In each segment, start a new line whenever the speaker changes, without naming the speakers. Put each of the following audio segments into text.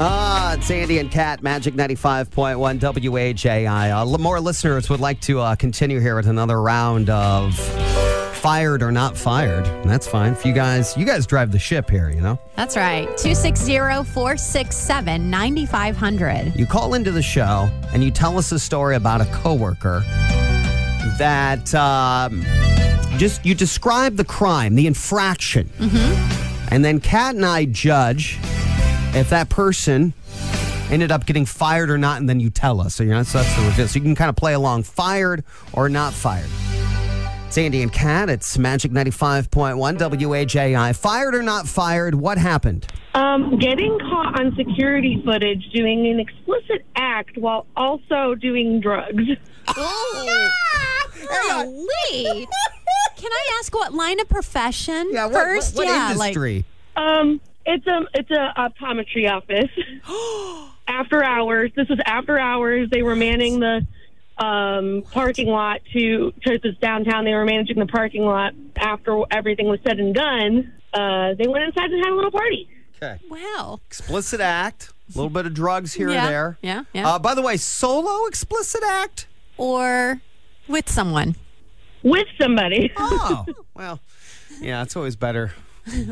Ah, it's Andy and Cat, Magic 95.1 WHAI. Uh, l- more listeners would like to uh, continue here with another round of fired or not fired. That's fine. If you guys, you guys drive the ship here, you know?
That's right. 260 467 9500.
You call into the show and you tell us a story about a coworker that um, just you describe the crime, the infraction,
Mm-hmm.
and then Kat and I judge if that person ended up getting fired or not, and then you tell us. So you know so that's the reveal. So you can kind of play along, fired or not fired. It's Andy and Kat. It's Magic ninety five point one WAJI. Fired or not fired? What happened?
Um, getting caught on security footage doing an explicit act while also doing drugs.
Oh,
Golly. Can I ask what line of profession
Yeah, what,
first?
what, what
yeah,
industry?
Um, it's a it's a optometry office. after hours. This was after hours. They were manning the um, parking lot to because it's downtown. They were managing the parking lot after everything was said and done. Uh, they went inside and had a little party.
okay.
like, wow.
explicit act, a little bit of drugs here
Yeah,
and there.
yeah, yeah.
Uh, by the way, solo explicit act.
Or with someone,
With somebody.
Oh, well, yeah, it's always better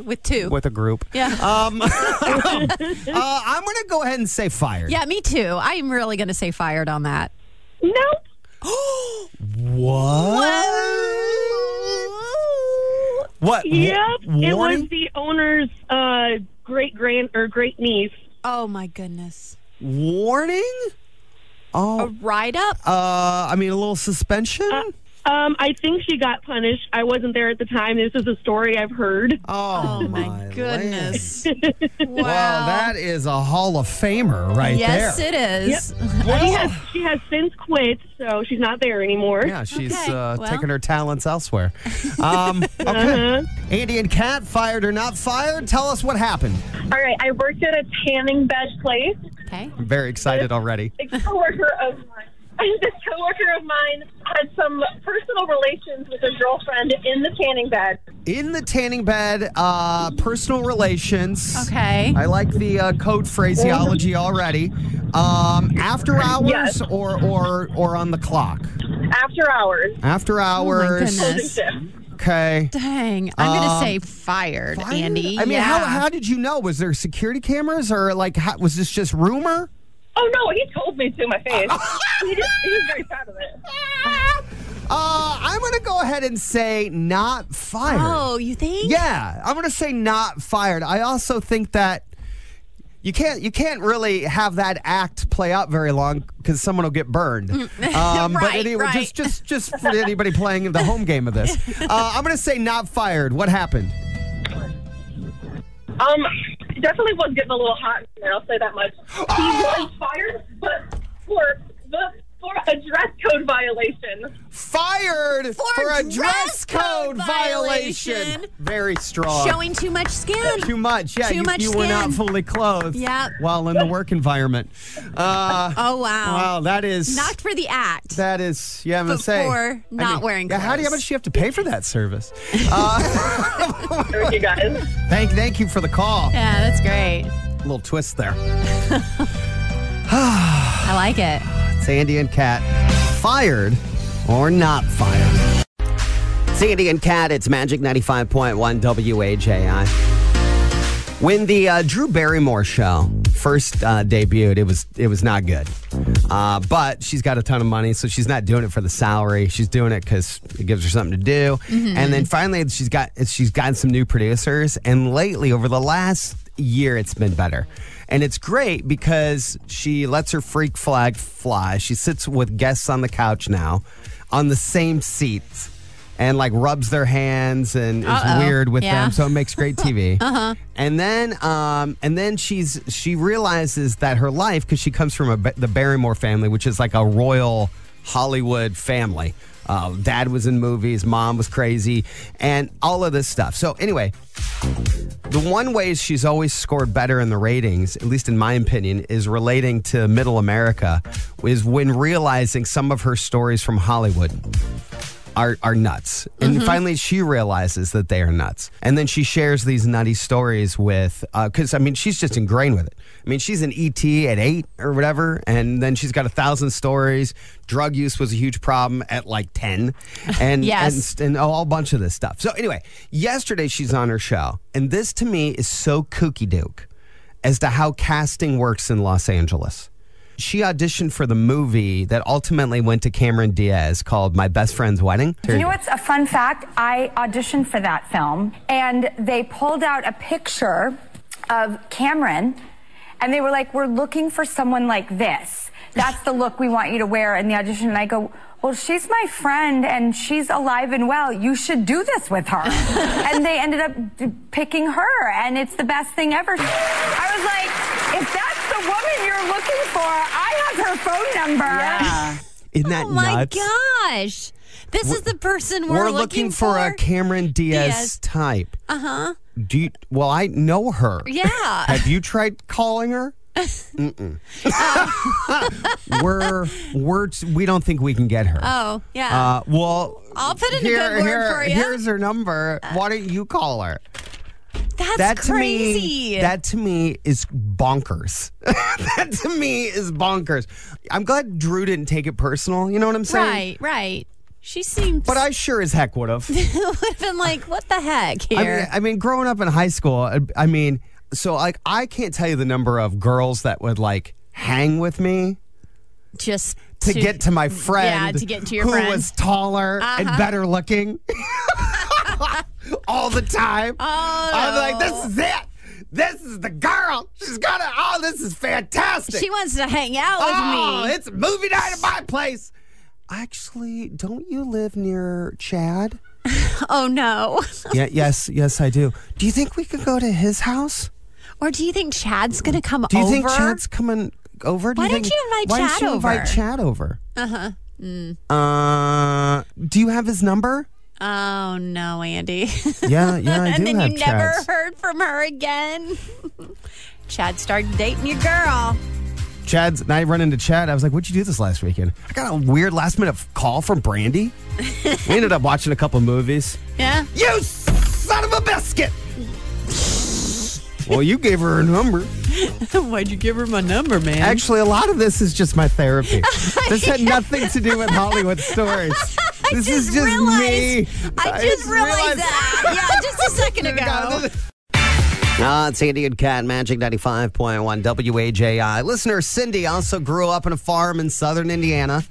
with two.
with a group.
yeah.
Um, uh, I'm going to go ahead and say fired.
yeah, me too. I'm really going to say fired on that.
Nope.
What? What?
Yep. It was
Warning?
the owner's uh, great grand or great niece.
Oh, my goodness.
Warning?
A write up?
Uh, I mean, a little suspension?
Um, I think she got punished. I wasn't there at the time. This is a story I've heard.
oh,
my goodness. wow.
Well, that is a Hall of Famer right
yes,
there.
it is.
she has she has since quit, so she's not there anymore.
Yeah, she's
Okay,
uh,
well. Uh-huh.
taking her talents elsewhere. Um, okay. Andy and Kat, fired or not fired? Tell us what happened.
All right, I worked at a tanning bed place.
Okay.
I'm very excited already.
A coworker of mine, this coworker of mine had some personal relations with her girlfriend in the tanning bed.
In the tanning bed, uh, personal relations.
Okay.
I like the uh, code phraseology already. Um, after hours
Yes.
or, or or on the clock.
After hours,
After hours.
Oh goodness.
okay.
Dang. I'm going to
Um,
say fired,
Fired?
Andy.
I mean,
yeah.
how, how did you know? Was there security cameras or like how, was this just rumor?
Oh no, he told me to my face. he, did, he was very proud of it.
Uh, I'm going to go ahead and say not fired.
Oh, you think?
Yeah, I'm going to say not fired. I also think that you can't you can't really have that act play out very long because someone will get burned. Um, but
Mm. Right,
anyway,
right.
just just just for anybody playing the home game of this, uh, I'm going to say not fired. What happened?
Um, definitely was getting a little hot in there. I'll say that much. He was fired, but for the for a dress code violation.
Fired for, a dress code violation.
violation.
Very strong.
Showing too much skin.
too much. Yeah,
Too
you,
much
you were not
skin.
fully clothed.
Yep.
While in the work environment. Uh,
Oh, wow.
Wow, that is
Not for the act.
That is, yeah, I'm gonna say
Before not wearing
Yeah, how do you, how
clothes.
much do you have to pay for that service? Uh,
Thank you guys.
thank, thank you for the call.
yeah, that's great.
Little twist there.
I like it.
Sandy and Cat, fired or not fired? Sandy and Cat, it's Magic 95.1 WAJI. When the uh, Drew Barrymore show first uh, debuted, it was it was not good. Uh, but she's got a ton of money, so she's not doing it for the salary. She's doing it because it gives her something to do.
Mm-hmm.
And then finally, she's got she's gotten some new producers. And lately, over the last year, it's been better. And it's great because she lets her freak flag fly. She sits with guests on the couch now, on the same seats, and like rubs their hands and
Uh-oh.
is weird with
Yeah.
them. So it makes great TV. uh-huh. And then, um, and then she's she realizes that her life because she comes from a, Ba- the Barrymore family, which is like a royal Hollywood family. Uh, dad was in movies, mom was crazy, and all of this stuff. So anyway, the one way she's always scored better in the ratings, at least in my opinion, is relating to middle America, is when realizing some of her stories from Hollywood are, are nuts. And finally, she realizes that uh, they are nuts. And then she shares these nutty stories with, because I mean, she's just ingrained with it. I mean, she's an ET at eight or whatever, and then she's got a thousand stories. Drug use was a huge problem at like ten, and
Yes.
and, and a whole bunch of this stuff. So anyway, yesterday she's on her show, and this to me is so kooky doke as to how casting works in Los Angeles. She auditioned for the movie that ultimately went to Cameron Diaz called My Best Friend's Wedding.
You know what's a fun fact? I auditioned for that film, and they pulled out a picture of Cameron, and they were like, We're looking for someone like this. That's the look we want you to wear in the audition. And I go, Well, she's my friend, and she's alive and well. You should do this with her. and they ended up d- picking her, and it's the best thing ever. I was like, If that's the woman you're looking for, I have her phone number.
Isn't that
Oh my
nuts?
gosh. This is the person we're,
We're, looking, for, a Cameron Diaz,
Diaz.
type. Uh huh.
Uh-huh.
Do you, well, I know her.
Yeah.
Have you tried calling her? Mm-mm. we're we're we don't think we can get her.
oh, yeah.
Uh, well,
I'll put in a
here,
good word
here-
for ya. Uh,
Here's her number. Why don't you call her?
That's
that to
crazy.
me that to me is bonkers that to me is bonkers i'm glad drew didn't take it personal you know what i'm saying
right, right. She seemed
but i sure as heck would have
would have been like, what the heck
I mean,
here?
I mean growing up in high school I, I mean so like i can't tell you the number of girls that would like hang with me
Just
to, get to my friend
Yeah, to get to your
who
friend. Uh-huh.
was taller and better looking all the time.
Oh.
I'm like, this is it. This is the girl. She's gonna. Oh, this is fantastic.
she wants to hang out with
oh,
me.
it's movie night at my place. Actually, don't you live near Chad?
Oh no.
yeah, yes, yes, I do. Do you think we could go to his house?
Or do you think Chad's gonna come
Do you
over?
think Chad's coming over? Do
Why
you
don't
think,
you invite
why
Chad
don't you invite
over? Mm.
Chad over? Uh-huh. Uh Do you have his number?
Oh no, Andy.
Yeah, Uh, yeah, I
and
do
then
have
you never
Chad's.
heard from her again. Chad started dating your girl.
Chad's. And I run into Chad. I was like, "What'd you do this last weekend?" I got a weird last minute call from Brandy. we ended up watching a couple movies.
Yeah.
You son of a biscuit! well, you gave her a number.
Why'd you give her my number, man?
Actually, a lot of this is just my therapy. This had nothing to do with Hollywood stories.
I
This is
just
just
realized.
me.
I just realized, that. Yeah, just a second ago.
Ah, it's Andy and Cat, Magic 95.1 WAJI. Listener Cindy also grew up on a farm in southern Indiana.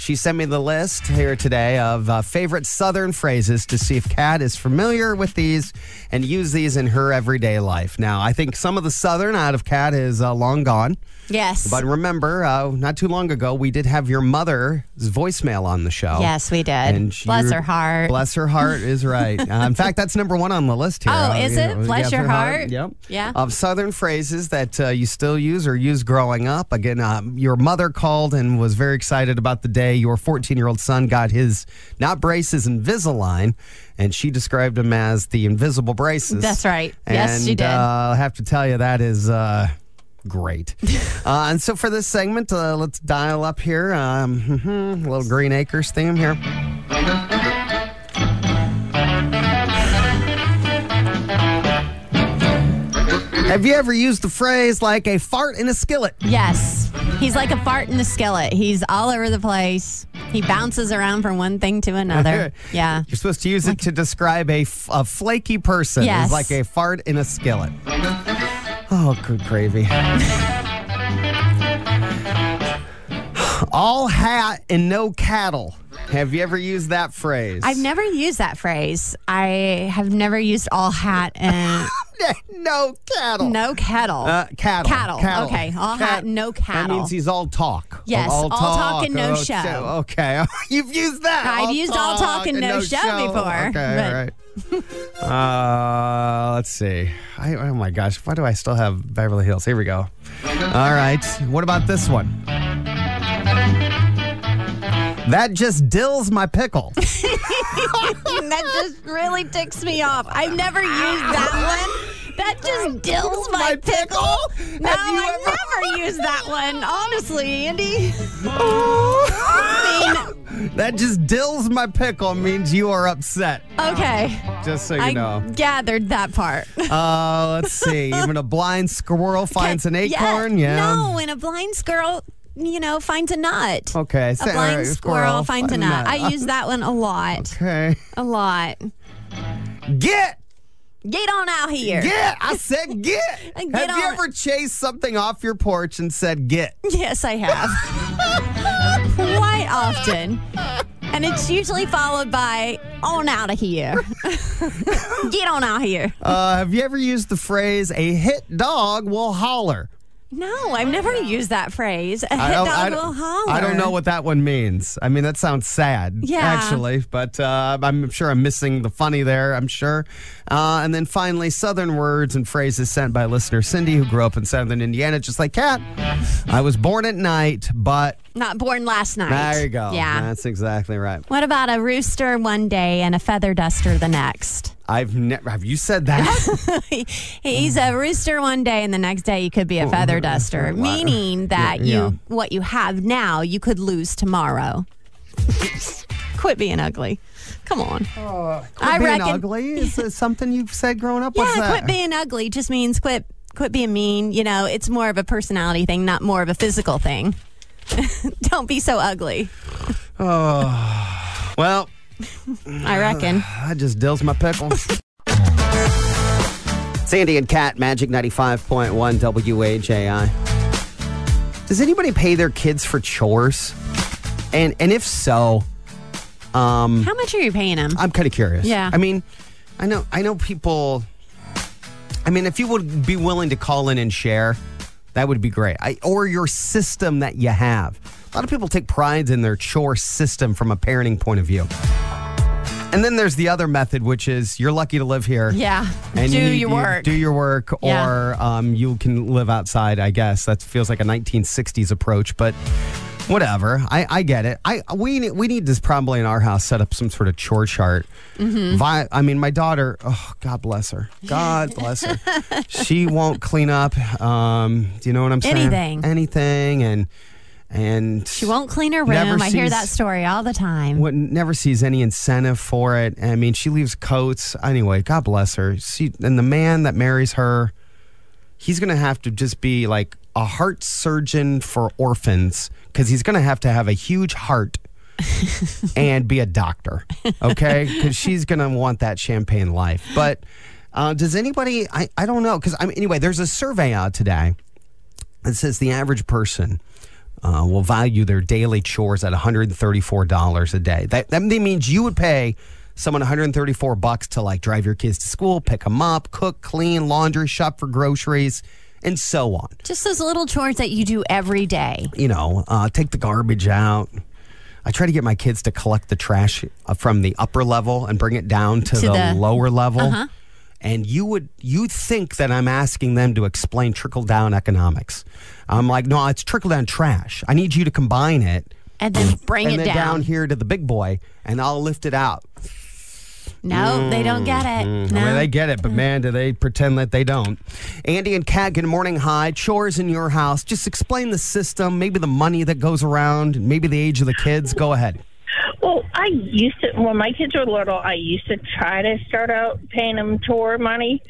She sent me the list here today of uh, favorite southern phrases to see if Kat is familiar with these and use these in her everyday life. Now, I think some of the southern out of Cat is uh, long gone.
Yes.
But remember, uh, not too long ago, we did have your mother's voicemail on the show.
Yes, we did.
she-
Bless her heart.
Bless her heart is right. Uh, in fact, that's number one on the list here. Uh,
Oh, is
you
it? Bless your heart?
Yep.
Yeah.
Of Southern phrases that uh, you still use or used growing up. Again, uh, your mother called and was very excited about the day your 14 year old son got his not braces Invisalign, and she described them as the invisible braces.
That's right. Yes, she
And,
did.
Uh, I have to tell you that is. Uh, Great. uh, and so for this segment, uh, let's dial up here. Um, a little Green Acres theme here. Have you ever used the phrase like a fart in a skillet?
Yes. He's like a fart in the skillet. He's all over the place. He bounces around from one thing to another. Yeah.
You're supposed to use it to describe a, f- a flaky person.
Yes.
It's like a fart in a skillet. Oh, good gravy. All hat and no cattle. Have you ever used that phrase?
I've never used that phrase. I have never used all hat and
no cattle.
no kettle.
Uh, cattle.
Cattle. Okay. All hat, no
That
cattle.
means he's all talk.
Yes, all talk and no
oh,
show.
Okay. You've used that.
I've used all talk and no show before,
Okay, all right. uh, let's see. I, oh my gosh. Why do I still have Beverly Hills? Here we go. All right. What about this one? That just dills my pickle.
that just really ticks me off. I've never used that one. That just dills my,
My
pickle.
pickle?
No,
Have you
I've
ever-
never used that one. Honestly, Andy.
Oh.
I mean,
That just dills my pickle means you are upset.
Okay.
Just so you
I
know.
gathered that part.
Uh, let's see. Even a blind squirrel finds an acorn. Yeah.
No, when a blind squirrel, you know, finds a nut.
Okay.
A blind squirrel finds a nut. I use that one a lot.
Okay.
A lot.
Get.
Get on out here.
Get. I said get.
Get
Have you
on-
ever chased something off your porch and said get?
Yes, I have. Quite often. And it's usually followed by on out of here. Get on out here.
Uh, have you ever used the phrase a hit dog will holler?
No, I've never used that phrase. A
I
hit
don't-
dog
I don't-
will holler.
I don't know what that one means. I mean, that sounds sad,
Yeah.
actually, but uh, I'm sure I'm missing the funny there, I'm sure. Uh, and then finally, Southern words and phrases sent by listener Cindy, who grew up in Southern Indiana, just like Kat. I was born at night, but
Not born last night.
there you go.
Yeah.
That's exactly right.
What about a rooster one day and a feather duster the next?
I've never, have you said that?
He- He's a rooster one day, and the next day you could be a feather duster, meaning that you
Oh, Yeah.
what you have now you could lose tomorrow. Quit being ugly. Come on. I
being
reckon.
ugly? Is this something you've said growing up? What's
Yeah,
that?
quit being ugly just means quit quit being mean. You know, it's more of a personality thing, not more of a physical thing. Don't be so ugly.
Oh. well,
I reckon.
I just dills my pickle. Sandy and Cat, Magic 95.1 WHAI. Does anybody pay their kids for chores? And and if so, um,
How much are you paying him?
I'm kind of curious.
Yeah.
I mean, I know I know people I mean, if you would be willing to call in and share, that would be great. I, or your system that you have. A lot of people take pride in their chore system from a parenting point of view. And then there's the other method, which is you're lucky to live here.
Yeah.
And
do
you-
your
you
work.
do your work,
Yeah.
or um, you can live outside. I guess that feels like a 1960s approach, but whatever. I, I get it. I we need, we need this probably in our house set up some sort of chore chart.
Mm-hmm.
Vi- I mean, my daughter. Oh, God bless her. God bless her. She won't clean up. Um, do you know what I'm saying?
Anything.
Anything, and and
she won't clean her
Never
room. I hear
sees-
that story all the time.
what never sees any incentive for it. I mean, she leaves coats anyway. God bless her. She and the man that marries her, he's gonna have to just be like a heart surgeon for orphans because he's gonna have to have a huge heart and be a doctor, okay? Because she's gonna want that champagne life. But uh, does anybody? I I don't know because I mean, anyway, there's a survey out today that says the average person uh, will value their daily chores at $134 a day. That, that means you would pay someone 134 bucks to like drive your kids to school, pick them up, cook, clean, laundry, shop for groceries, and so on.
Just those little chores that you do every day.
You know, uh, take the garbage out. I try to get my kids to collect the trash uh, from the upper level and bring it down to,
To
the,
the- Uh-huh.
lower level. And you would you think that I'm asking them to explain trickle down economics? I'm like, no, it's trickle down trash. I need you to combine it
And then bring
Mm. and
it
then
down.
here to the big boy, and I'll lift it out.
No, they don't get it.
I mean,
No.
Mm. they get it, but man, do they pretend that they don't. Andy and Kat, good morning. Hi. Chores in your house. Just explain the system, maybe the money that goes around, maybe the age of the kids. Go ahead.
Well, I used to when my kids were little. I used to try to start out paying them tour money,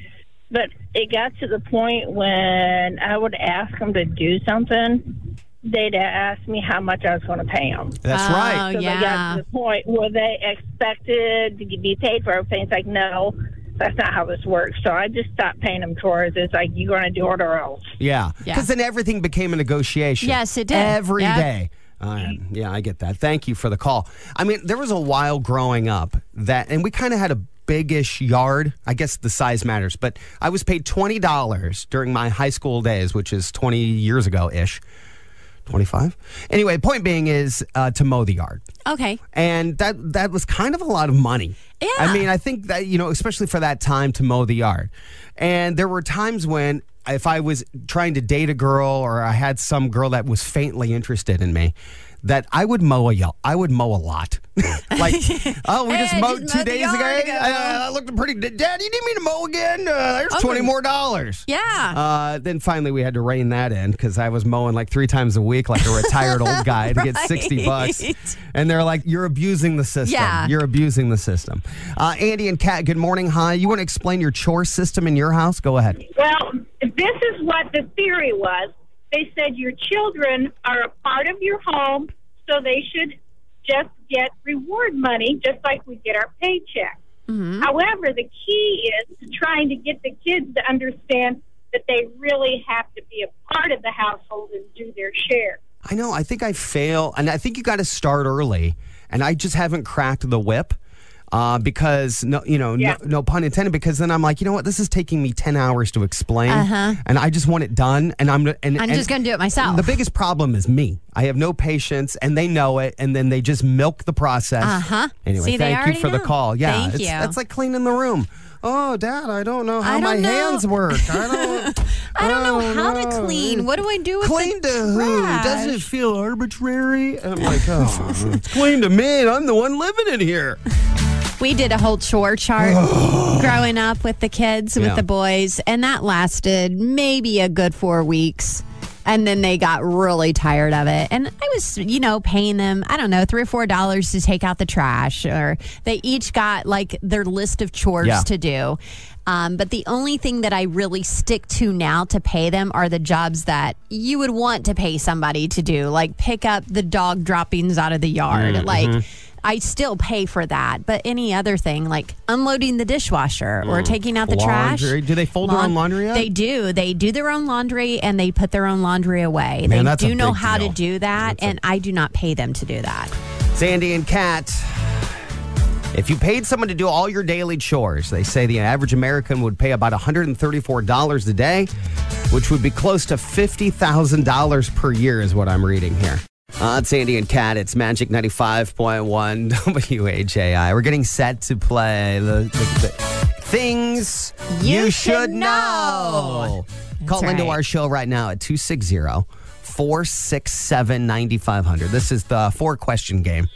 but it got to the point when I would ask them to do something. They'd ask me how much I was going to pay them.
That's
Oh,
right.
So they got
yeah.
to the point where they expected to be paid for everything. It's like, no, that's not how this works. So I just stopped paying them tours. It's like, you're going to do it or else.
Yeah.
Yeah.
Because then everything became a negotiation.
Yes, it did.
Every day.
Yep.
Uh, yeah, I get that. Thank you for the call. I mean, there was a while growing up that, and we kind of had a biggish yard. I guess the size matters, but I was paid $20 during my high school days, which is 20 years ago ish. 25? Anyway, point being is uh, to mow the yard
okay.
and that that was kind of a lot of money.
Yeah.
I mean, I think that you know, especially for that time to mow the yard. And there were times when if I was trying to date a girl or I had some girl that was faintly interested in me, that I would mow a yell. I would mow a lot. like, oh, we just
Hey,
mowed
just
two
mowed the
days ago.
yard ago.
Uh, I looked pretty. Dad, you need me to mow again? Uh, there's
Oh,
twenty
good.
more dollars.
Yeah.
Uh, then finally, we had to rein that in because I was mowing like three times a week, like a retired old guy, to get sixty bucks.
Right.
And they're like, "You're abusing the system.
Yeah.
You're abusing the system." Uh, Andy and Kat, good morning. Hi, you want to explain your chore system in your house? Go ahead.
Well, this is what the theory was. They said your children are a part of your home, so they should just get reward money, just like we get our paycheck. However, the key is to trying to get the kids to understand that they really have to be a part of the household and do their share.
I know. I think I fail, and I think you got to start early. And I just haven't cracked the whip uh, because no, you know,
Yeah.
no, no pun intended. Because then I'm like, you know what? This is taking me ten hours to explain, and I just want it done. And I'm and
Uh-huh. I'm
and
just gonna do it myself.
The biggest problem is me. I have no patience, and they know it, and then they just milk the process. Uh
Uh-huh.
Anyway,
See, they
thank you
already
for the
know.
call. Yeah,
Thank
it's,
you.
That's like cleaning the room. Oh, Dad, I don't know how
I
my
don't know.
hands work. I don't.
I don't know how to
know.
clean. What do I do with
oh, Clean
the
to who?
trash?
Doesn't it feel arbitrary? And I'm like, oh, it's clean to me. I'm the one living in here.
We did a whole chore chart growing up with the kids,
Yeah.
with the boys, and that lasted maybe a good four weeks. And then they got really tired of it. And I was, you know, paying them, I don't know, three or four dollars to take out the trash, or they each got like their list of chores
Yeah.
to do. Um, but the only thing that I really stick to now to pay them are the jobs that you would want to pay somebody to do, like pick up the dog droppings out of the yard.
Mm,
Like,
mm-hmm.
I still pay for that. But any other thing, like unloading the dishwasher or taking out the
Mm, Laundry.
trash.
Do they fold their own laundry out?
They do. They do their own laundry and they put their own laundry away. they
that's a
do know
big
how
deal.
to do that, and I do not pay them to do that.
Sandy and Kat. If you paid someone to do all your daily chores, they say the average American would pay about $134 a day, which would be close to $50,000 per year, is what I'm reading here. Uh, it's Sandy and Kat. It's Magic 95.1 WHAI. We're getting set to play the, the- the things you,
You
should
should
know.
know.
Call
That's
into
right.
our show right now at 260 467 9500. This is the four question game.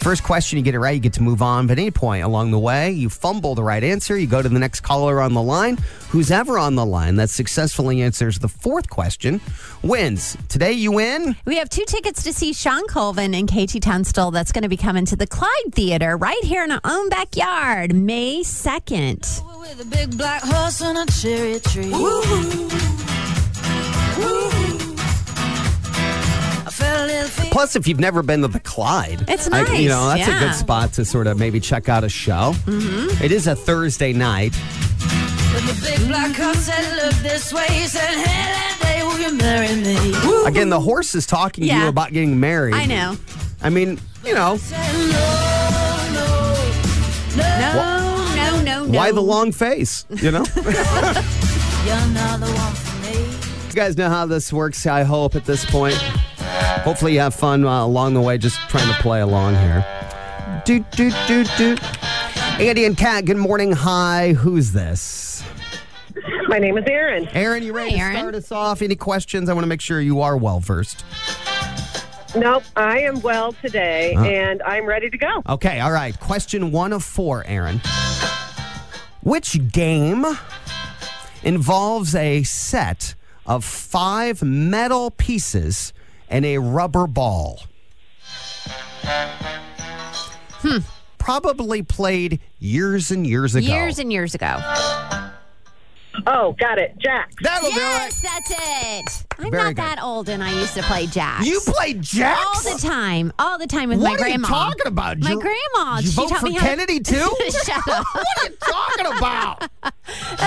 First question, you get it right, you get to move on. But at any point along the way, you fumble the right answer, you go to the next caller on the line. Who's ever on the line that successfully answers the fourth question wins. Today, you win.
We have two tickets to see Sean Colvin and Katie Tunstall. That's going to be coming to the Clyde Theater right here in our own backyard, May 2nd.
With a big black horse and a cherry tree. I felt a little feeling
Plus, if you've never been to the Clyde,
It's
I- you
nice,
know, that's a
yeah. Mm-hmm.
good spot to sort of maybe check out a show. It is a Thursday night.
with a big black horse that looked this way. He said, Hey, that day, will you marry me? Woo.
Again, the horse is talking to you
Yeah.
about getting married.
I know.
I mean, you know,
Said, no, no,
No, no, no, no.
why the long face? You know? you
you're not the one for me.
guys know how this works, I hope, at this point. Hopefully, you have fun uh, along the way just trying to play along here. Doot, doot, doot, doot. Andy and Kat, good morning. Hi, who's this?
My name is Erin.
Aaron, you ready
Hi, Aaron.
to start us off? Any questions? I want to make sure you are well versed.
Nope, I am well today,
Uh.
and I'm ready to go.
Okay, all right. Question one of four, Aaron. Which game involves a set of five metal pieces and a rubber ball? Hmm. Probably played years and years ago.
Years and years ago.
Oh, got it, Jack.
That'll
Yes, that's it. I'm
Very
not
good.
that old and I used to play jacks.
do it. You play
all
jacks?
the time, all the time with
what
my
are
grandma.
you talking about?
My
You-
grandma.
You
she
vote
taught
for
me how
Kennedy too?
To- Shut up.
what are you talking about?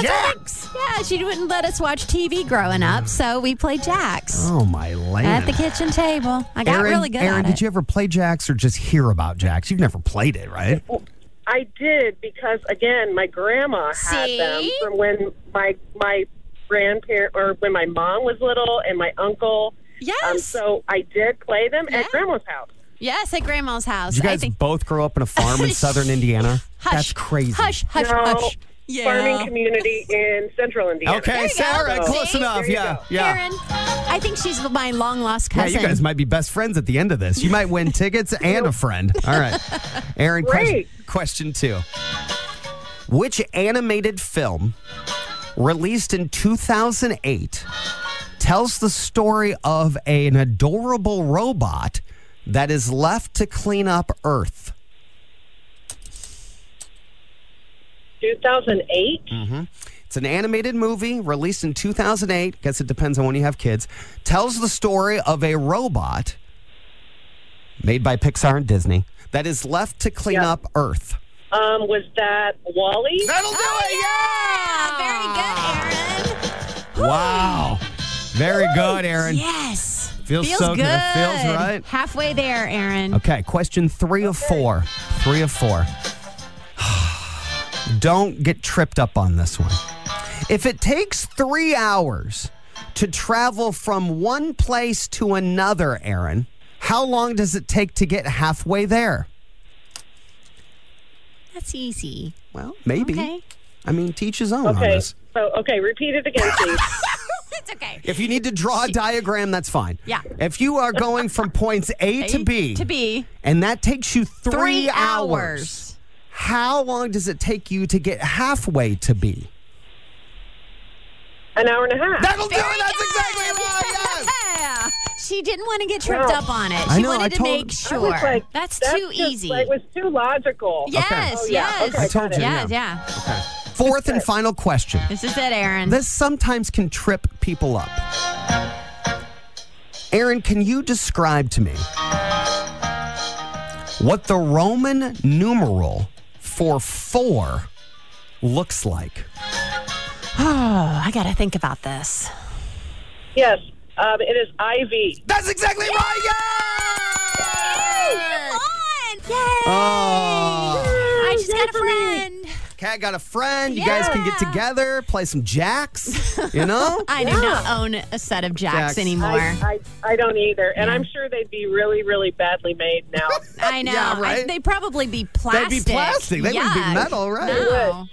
jacks.
yeah, she wouldn't let us watch TV growing up, so we played jacks
Oh my land.
at the kitchen table. I got
Aaron,
really good
Aaron,
at it.
did you ever play jacks or just hear about jacks? You've never played it, right?
I did because again, my grandma had
See?
them from when my my grandparent or when my mom was little and my uncle.
Yes.
Um, so I did play them
Yeah.
at grandma's house.
Yes, at grandma's house.
Did you
I
guys
think.
both grow up in a farm in southern Indiana?
Hush,
That's crazy.
Hush, hush,
No.
hush. Yeah.
farming community in central Indiana.
Okay, Sarah,
go.
close
See?
enough.
There you
Yeah,
go.
yeah.
Erin, I think she's my long lost
Yeah,
cousin.
you guys might be best friends at the end of this. You might win tickets and a friend. All right. Aaron, question,
Great.
question two. Which animated film released in 2008 tells the story of an adorable robot that is left to clean up Earth?
2008.
It's an animated movie released in 2008. Guess it depends on when you have kids. Tells the story of a robot made by Pixar and Disney that is left to clean
Yeah.
up Earth.
Um, was that Wally?
That'll do
Oh, Yeah, very good, Erin.
it. Yeah. Wow. Very good, Aaron.
Yes.
Feels so good. Feels right. Uh,
Halfway there, Aaron.
Okay, question three of four. Three of four. Don't get tripped up on this one. If it takes three hours to travel from one place to another, Aaron, how long does it take to get halfway there?
That's easy.
Well, maybe.
Okay.
I mean, teach his own on
Okay.
this.
So okay, repeat it again, please.
it's okay.
If you need to draw a diagram, that's fine.
Yeah.
If you are going from points A, to B,
To B.
and that takes you three,
Three
hours.
hours.
How long does it take you to get halfway to B?
An hour and a half.
That'll do it. That's
Good.
exactly right. Yes.
Yeah. She didn't want to get tripped
Wow.
up on it. She
I know,
wanted
I
to
told-
make
I
sure.
was like,
that's, too
just,
easy.
Like, it was too logical.
Yes,
Oh, yeah.
yes.
Okay, I
told got you, it.
Yeah, yeah.
Fourth and final question.
This is it, Aaron.
This sometimes can trip people up. Aaron, can you describe to me what the Roman numeral for four looks like?
oh, I got to think about this.
Yes. Um, it is IV.
That's exactly right. Yes!
Come on. Yay.
Oh.
I just got a friend.
Cat got a friend. You guys can get
Yeah.
together, play some jacks, you know?
I do not own a set of jacks
Jacks.
anymore.
I, I, I don't either, and I'm sure they'd be really, really badly made now.
I know.
Yeah,
I-
right?
they'd probably be
They'd
plastic.
be plastic. They wouldn't be
Yeah.
metal, right?
No.